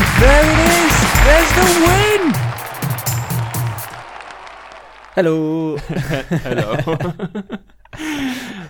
Hello. Hello.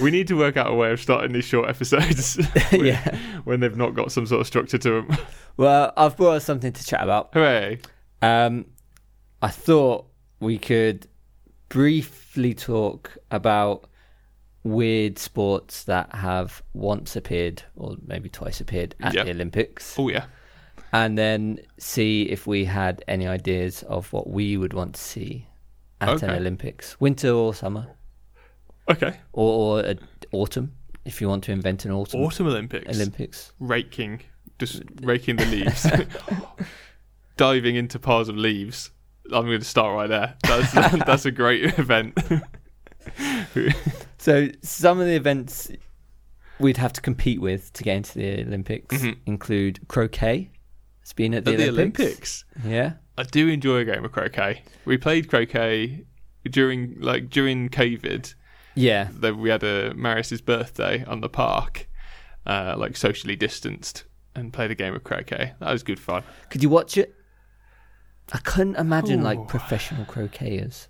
we need to work out a way of starting these short episodes when, yeah. when they've not got some sort of structure to them. Well, I've brought us something to chat about. Hooray. Um, I thought we could briefly talk about weird sports that have once appeared or maybe twice appeared at Yeah. the Olympics, Oh, yeah. and then see if we had any ideas of what we would want to see at an Okay. Olympics, winter or summer, Okay. or, or a, autumn, if you want to invent an autumn Autumn Olympics. Olympics. raking, just raking the leaves, diving into piles of leaves. I'm going to start right there. That's that's a great event. So some of the events we'd have to compete with to get into the Olympics include croquet. It's been at the, Mm-hmm. At the Olympics. Olympics, Yeah. I do enjoy a game of croquet. We played croquet during like during COVID. Yeah. That we had a Marius's birthday on the park, uh, like socially distanced, and played a game of croquet. That was good fun. Could you watch it? I couldn't imagine Ooh. like professional croqueters.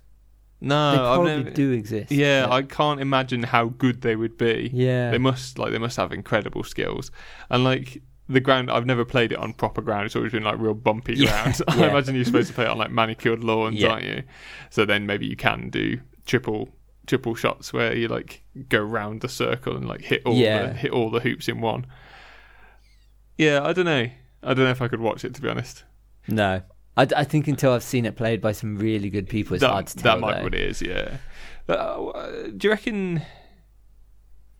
No, They I've probably never- do exist. Yeah, but- I can't imagine how good they would be. Yeah. they must like they must have incredible skills, and like the ground I've never played it on proper ground. It's always been like real bumpy Yeah, ground. I yeah. imagine you're supposed to play it on like manicured lawns, Yeah. aren't you? So then maybe you can do triple triple shots where you like go round the circle and like hit all Yeah. the, hit all the hoops in one. Yeah, I don't know. I don't know if I could watch it to be honest. no. I, d- I think until I've seen it played by some really good people, it's hard that, to tell. that might be though. what it is, yeah. But, uh, uh, do you reckon?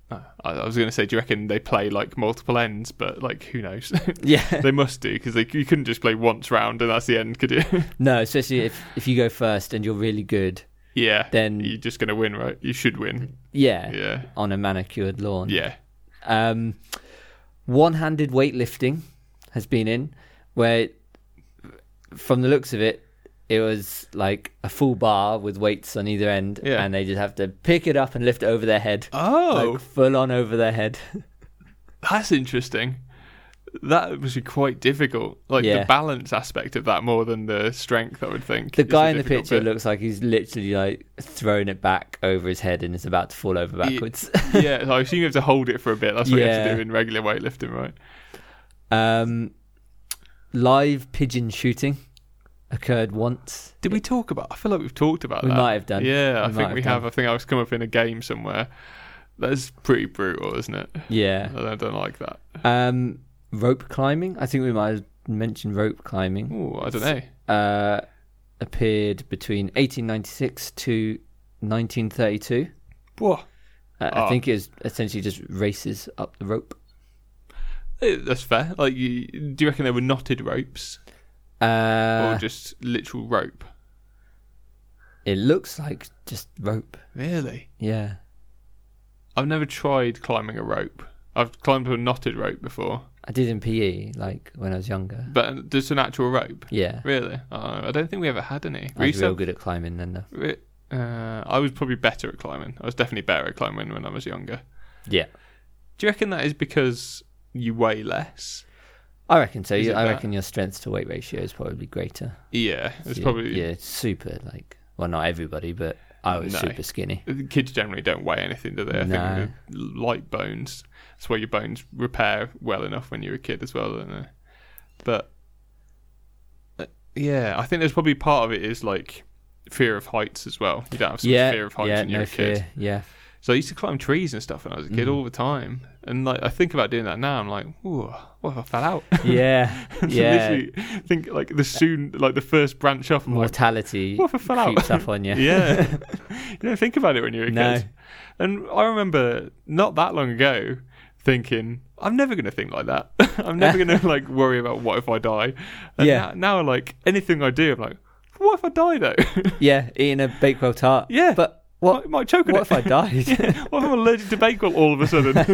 Uh, I, I was going to say, do you reckon they play like multiple ends? But like, who knows? Yeah. they must do because you couldn't just play once round and that's the end, could you? no, especially if, if you go first and you're really good. yeah. Then- you're just going to win, right? You should win. Yeah. Yeah. On a manicured lawn. Yeah. um, one-handed weightlifting has been in where from the looks of it it was like a full bar with weights on either end Yeah. and they just have to pick it up and lift it over their head Oh, like full on over their head that's interesting. That was quite difficult. Like Yeah. the balance aspect of that more than the strength, I would think. the is guy in the difficult picture bit. looks like he's literally like thrown it back over his head and is about to fall over backwards yeah, I assume you have to hold it for a bit. That's what you have Yeah. to do in regular weightlifting, right? um, live pigeon shooting occurred once Did we talk about? I feel like we've talked about We that. might have done. Yeah, I We might think have we done. have. I think I was come up in a game somewhere. That's pretty brutal, isn't it? yeah I don't, I don't like that. um, rope climbing i think we might have mentioned rope climbing Ooh, I don't know. uh, appeared between 1896 to 1932. Whoa. Uh, Ah. I think it was essentially just races up the rope. Eh, That's fair. Like, you, do you reckon they were knotted ropes Uh, or Oh, just literal rope? it looks like just rope. Really? Yeah. I've never tried climbing a rope. I've climbed a knotted rope before, I did in PE, like when I was younger. but uh, just an actual rope. Yeah. Really? Uh, I don't think we ever had any. I was Resub- real good at climbing then, though. Re- Uh, I was probably better at climbing. I was definitely better at climbing when I was younger. Yeah. Do you reckon that is because you weigh less? I reckon so. Is You- it I that? reckon your strength to weight ratio is probably greater. Yeah, it's Yeah, probably. Yeah, it's super, like, well, not everybody, but I was No. super skinny. Kids generally don't weigh anything, do they? No. I think they're light bones. That's why your bones repair well enough when you're a kid as well, don't they? But uh, yeah, I think there's probably part of it is like fear of heights as well. You don't have so Yeah. much fear of heights yeah, when you're no a kid. fear. Mm. Yeah. So I used to climb trees and stuff when I was a kid all the time. And like I think about doing that now, I'm like, ooh, what if I fell out? Yeah. So yeah. literally, think like the soon, like the first branch off. I'm like, mortality what if I fell out? creeps up on you. yeah, you don't think about it when you're a No. kid. And I remember not that long ago thinking, I'm never going to think like that. I'm never going to like worry about what if I die. And Yeah. Now, now, like anything I do, I'm like, what if I die though? Yeah, eating a Bakewell tart. Yeah. But what might, might choke on what if it. I died? what if I'm allergic to bagel all of a sudden?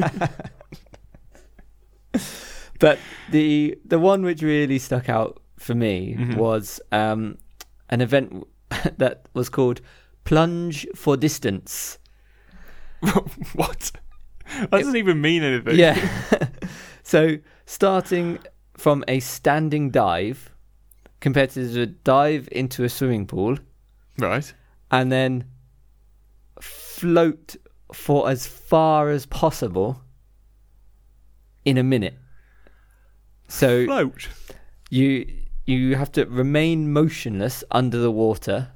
but the the one which really stuck out for me Mhm. was um, an event that was called Plunge for Distance. what? That doesn't even mean anything. Yeah. so starting from a standing dive compared to the dive into a swimming pool Right. and then float for as far as possible in a minute. So Float. you you have to remain motionless under the water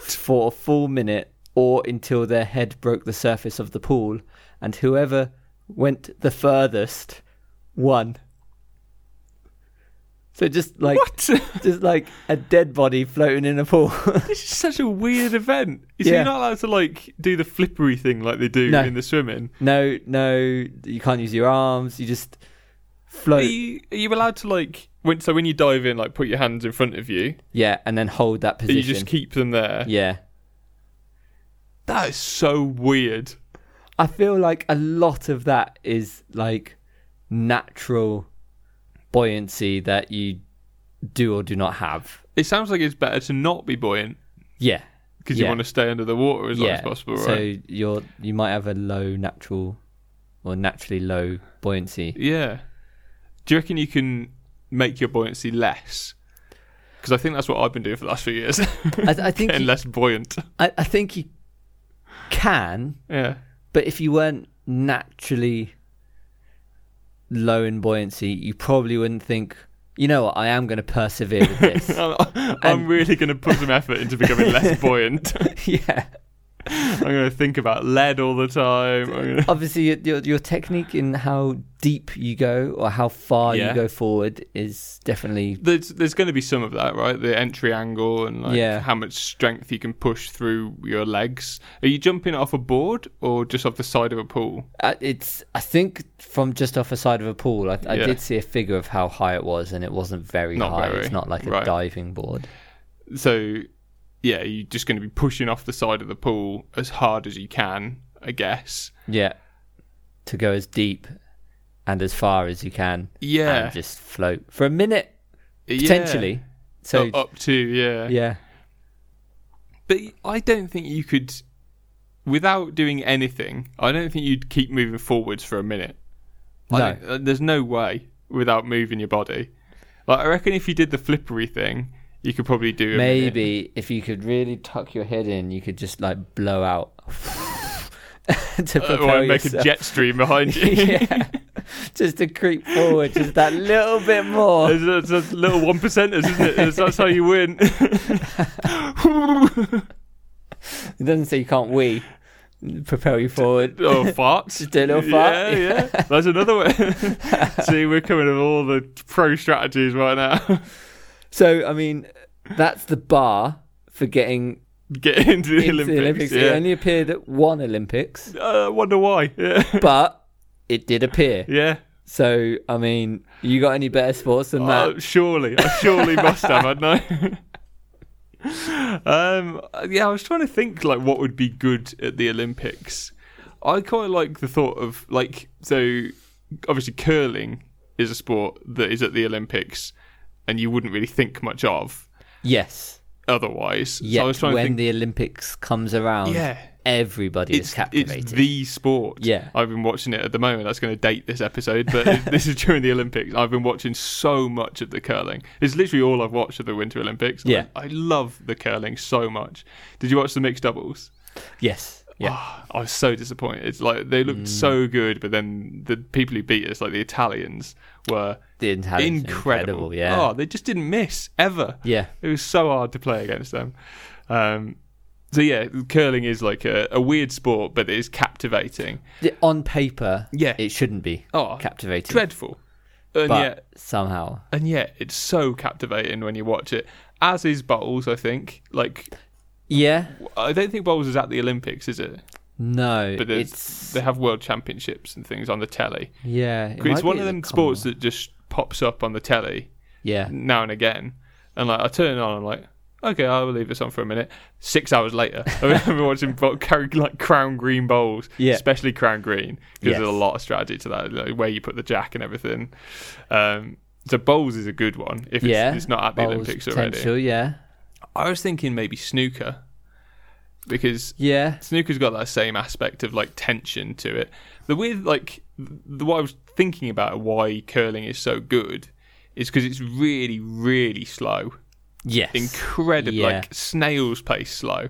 for a full minute or until their head broke the surface of the pool and whoever went the furthest won so just like What? just like a dead body floating in a pool this is such a weird event. Is Yeah. he not allowed to like do the flippery thing like they do No. in the swimming? no no you can't use your arms you just Are float you, are you allowed to like when so when you dive in like put your hands in front of you? yeah and then hold that You position just keep them there. yeah That is so weird. I feel like a lot of that is like natural buoyancy that you do or do not have. It sounds like it's better to not be buoyant Yeah. because Yeah. you want to stay under the water as long yeah. as possible, so right? you're you might have a low natural or naturally low buoyancy. Yeah. Do you reckon you can make your buoyancy less? Because I think that's what I've been doing for the last few years, I, I think getting you, less buoyant. I, I think you can, Yeah. but if you weren't naturally low in buoyancy, you probably wouldn't think, you know what, I am going to persevere with this. I'm And- really going to put some effort into becoming less buoyant. yeah. I'm going to think about lead all the time. I'm gonna... obviously your, your your technique in how deep you go or how far Yeah. you go forward is definitely There's there's going to be some of that, right? The entry angle and like Yeah. how much strength you can push through your legs. Are you jumping off a board or just off the side of a pool? uh, it's i think from just off the side of a pool i, I Yeah. did see a figure of how high it was and it wasn't very Not high very, it's not like a right. diving board So yeah, you're just going to be pushing off the side of the pool as hard as you can, I guess. yeah to go as deep and as far as you can Yeah, and just float for a minute Yeah. Oh, potentially so Up- up to yeah. yeah But I don't think you could, without doing anything, I don't think you'd keep moving forwards for a minute. I No. don't- uh, there's no way without moving your body. Like I reckon if you did the flippery thing, you could probably do a minute. maybe if you could really tuck your head in you could just like blow out to Uh, propel or make yourself. a jet stream behind you. yeah. Just to creep forward just that little bit more. It's, it's, it's little one percenters, isn't it? It's, that's how you win. It doesn't say you can't wee. Propel you forward. oh, farts. Just do a little fart, Yeah, yeah. That's another way. See, we're coming with all the pro strategies right now. So I mean, that's the bar for getting Get into into the Olympics. the Olympics. It yeah. only appeared at one Olympics, Uh, I wonder why. Yeah. but it did appear. Yeah. So I mean, you got any better sports than that? Uh, surely. I surely must have, hadn't I? um, yeah, I was trying to think like what would be good at the Olympics. I quite like the thought of like so obviously curling is a sport that is at the Olympics and you wouldn't really think much of Yes. otherwise. Yet so I was trying when to think the Olympics comes around, Yeah. everybody is It's, captivated. it's the Oh. sport. Yeah. I've been watching it at the moment. That's going to date this episode, but it- this is during the Olympics. I've been watching so much of the curling. It's literally all I've watched of the Winter Olympics. Yeah. I, I love the curling so much. Did you watch the mixed doubles? Yes. Yeah. Mm. Ah, I was so disappointed. It's like they looked so good, but then the people who beat us, like the Italians, were The incredible. Italians are incredible. Yeah. Oh, they just didn't miss ever. Yeah. It was so hard to play against them. Um, so yeah, curling is like a, a weird sport, but it is captivating. The- on paper, Yeah. it shouldn't be Oh, captivating, dreadful. And but yet, somehow, and yet, it's so captivating when you watch it. As is bowls, I think. Like, yeah, I don't think bowls is at the Olympics, is it? no, But there's- it's They have world championships and things on the telly. yeah, it might It's be one at of the them sports Commonwealth. that just pops up on the telly yeah, now and again. And like, I turn it on, I'm like, okay, I'll leave this on for a minute. Six hours later, I remember watching bo- carry- like crown green bowls, Yeah. especially crown green, because Yes. there's a lot of strategy to that, like where you put the jack and everything. Um, so bowls is a good one if it's, yeah, it's not at the bowls Olympics already. potential, yeah, I was thinking maybe snooker, because yeah, snooker's got that same aspect of like tension to it. The weird, like, the what I was thinking about why curling is so good is because it's really, really slow yes, incredible, Yeah. like snail's pace slow.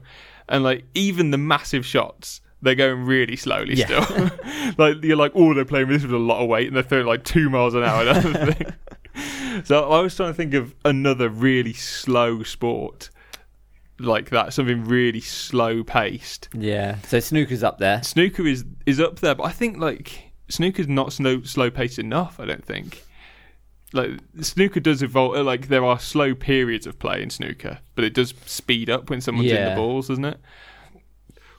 and like even the massive shots, they're going really slowly Yeah. still. like you're like, oh, they're playing with this with a lot of weight, and they're throwing like two miles an hour. and everything. so I was trying to think of another really slow sport like that, something really slow paced. Yeah. So snooker's up there. Snooker is is up there, but I think like snooker's not slow slow paced enough. I don't think. Like snooker does evolve. uh, Like there are slow periods of play in snooker, but it does speed up when someone's in Yeah. the balls, doesn't it?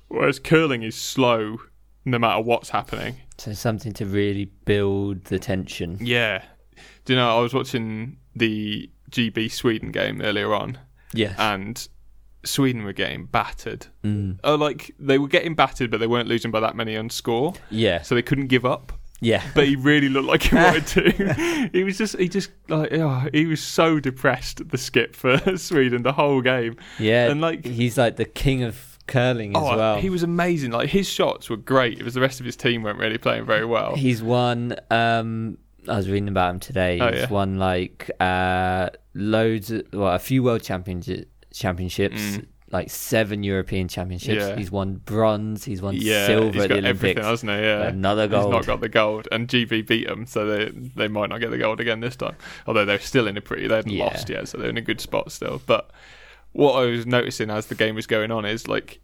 Whereas curling is slow, no matter what's happening. So something to really build the tension. Yeah. Do you know? I was watching the GB Sweden game earlier on, Yes. and Sweden were getting battered. Mm. Oh, like they were getting battered, but they weren't losing by that many on score, Yeah. so they couldn't give up. Yeah. but he really looked like he wanted to. he was just, he just like, oh, he was so depressed. The skip for Sweden the whole game. Yeah. And, like- he's like the king of curling as oh, well. he was amazing. Like his shots were great. It was the rest of his team weren't really playing very well. He's won. Um, I was reading about him today. Oh, He's yeah. won like uh, loads, of, well, a few world champions, championships, Mm. like seven European championships. Yeah. He's won bronze. He's won yeah, silver he's at the got everything, Olympics. hasn't he? Yeah. Another gold. He's not got the gold, and GB beat them, so they they might not get the gold again this time. Although they're still in a pretty, they haven't Yeah. lost yet, so they're in a good spot still. But what I was noticing as the game was going on is like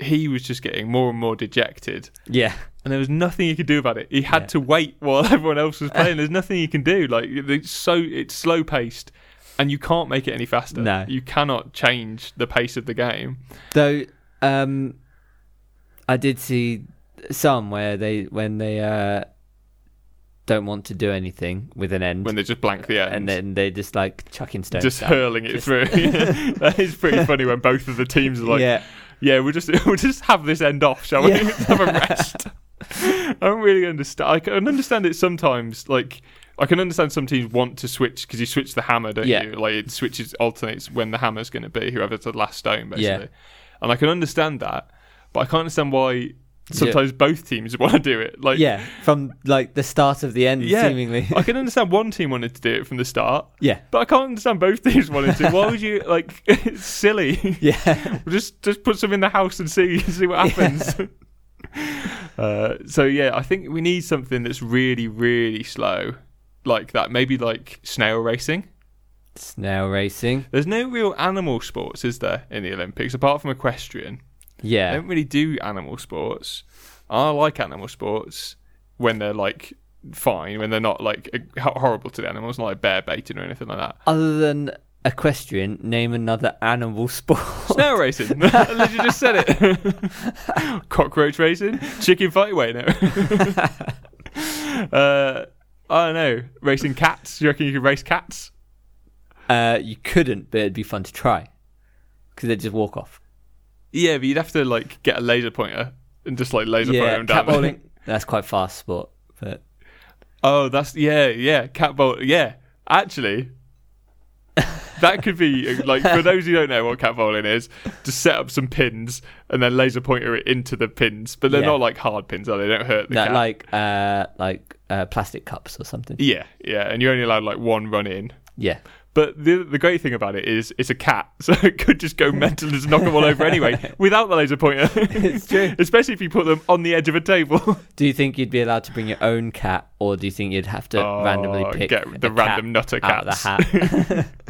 he was just getting more and more dejected, Yeah, and there was nothing he could do about it. He had Yeah. to wait while everyone else was playing. There's nothing you can do. Like it's so, it's slow paced, and you can't make it any faster. No. you cannot change the pace of the game. though. Um, I did see some where they when they uh don't want to do anything with an end, When they just blank the end. and then they just like chucking stones. just up. hurling it Just- through. that is pretty funny when both of the teams are like, "Yeah, yeah, we'll just we'll just have this end off, shall we? Yeah. Let's have a rest." I don't really understand. I can understand it sometimes. Like, I can understand some teams want to switch because you switch the hammer, don't Yeah. you? Like, it switches alternates when the hammer's going to be whoever's the last stone, basically. Yeah. And I can understand that, but I can't understand why sometimes both teams want to do it. Like, yeah, from like the start of the end, Yeah. seemingly. I can understand one team wanted to do it from the start, yeah, but I can't understand both teams wanting to. Why would you like? It's silly. yeah. just just put some in the house and see see what happens. uh, so yeah, I think we need something that's really really slow, like that. Maybe like snail racing. Snail racing. There's no real animal sports, is there, in the Olympics apart from equestrian? I Yeah. don't really do animal sports. I like animal sports when they're like fine, when they're not like ho- horrible to the animals, not like bear baiting or anything like that. Other than equestrian, name another animal sport. Snail racing. I literally just said it. Cockroach racing, chicken fight. Wait, no. uh, I don't know. Racing cats. Do you reckon you could race cats? Uh, you couldn't, but it'd be fun to try. Because they'd just walk off. Yeah, but you'd have to like get a laser pointer and just like laser point yeah, them cat down. bowling. That's quite fast sport. But oh, that's yeah, yeah. Cat bowl. Yeah, actually. that could be like for those who don't know what cat bowling is, just set up some pins and then laser pointer it into the pins. But they're Yeah. not like hard pins, are they? they don't hurt the that, cat. like, uh, like uh, plastic cups or something. Yeah, yeah, and you're only allowed like one run in. Yeah. But the the great thing about it is it's a cat, so it could just go mental and just knock them all over anyway without the laser pointer. It's true. Especially if you put them on the edge of a table. Do you think you'd be allowed to bring your own cat, or do you think you'd have to randomly Oh, pick get a the cat random nutter out of the cats.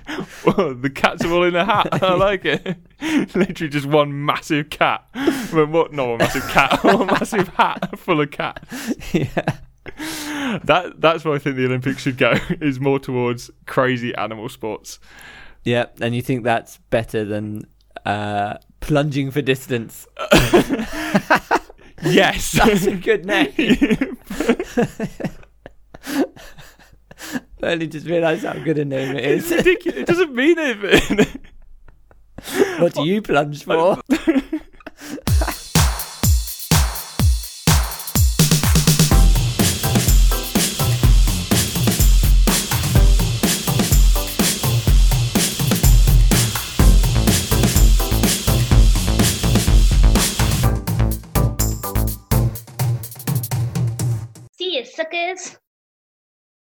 hat? Whoa, the cats are all in a hat. I like it. Literally just one massive cat. Well, what? Not a massive cat. a massive hat full of cats. yeah. That that's where I think the Olympics should go. Is more towards crazy animal sports. Yeah, and you think that's better than uh, plunging for distance? Yes. That's a good name. I only just realised how good a name it It's is. ridiculous. It doesn't mean anything. what do you plunge for? See you, suckers.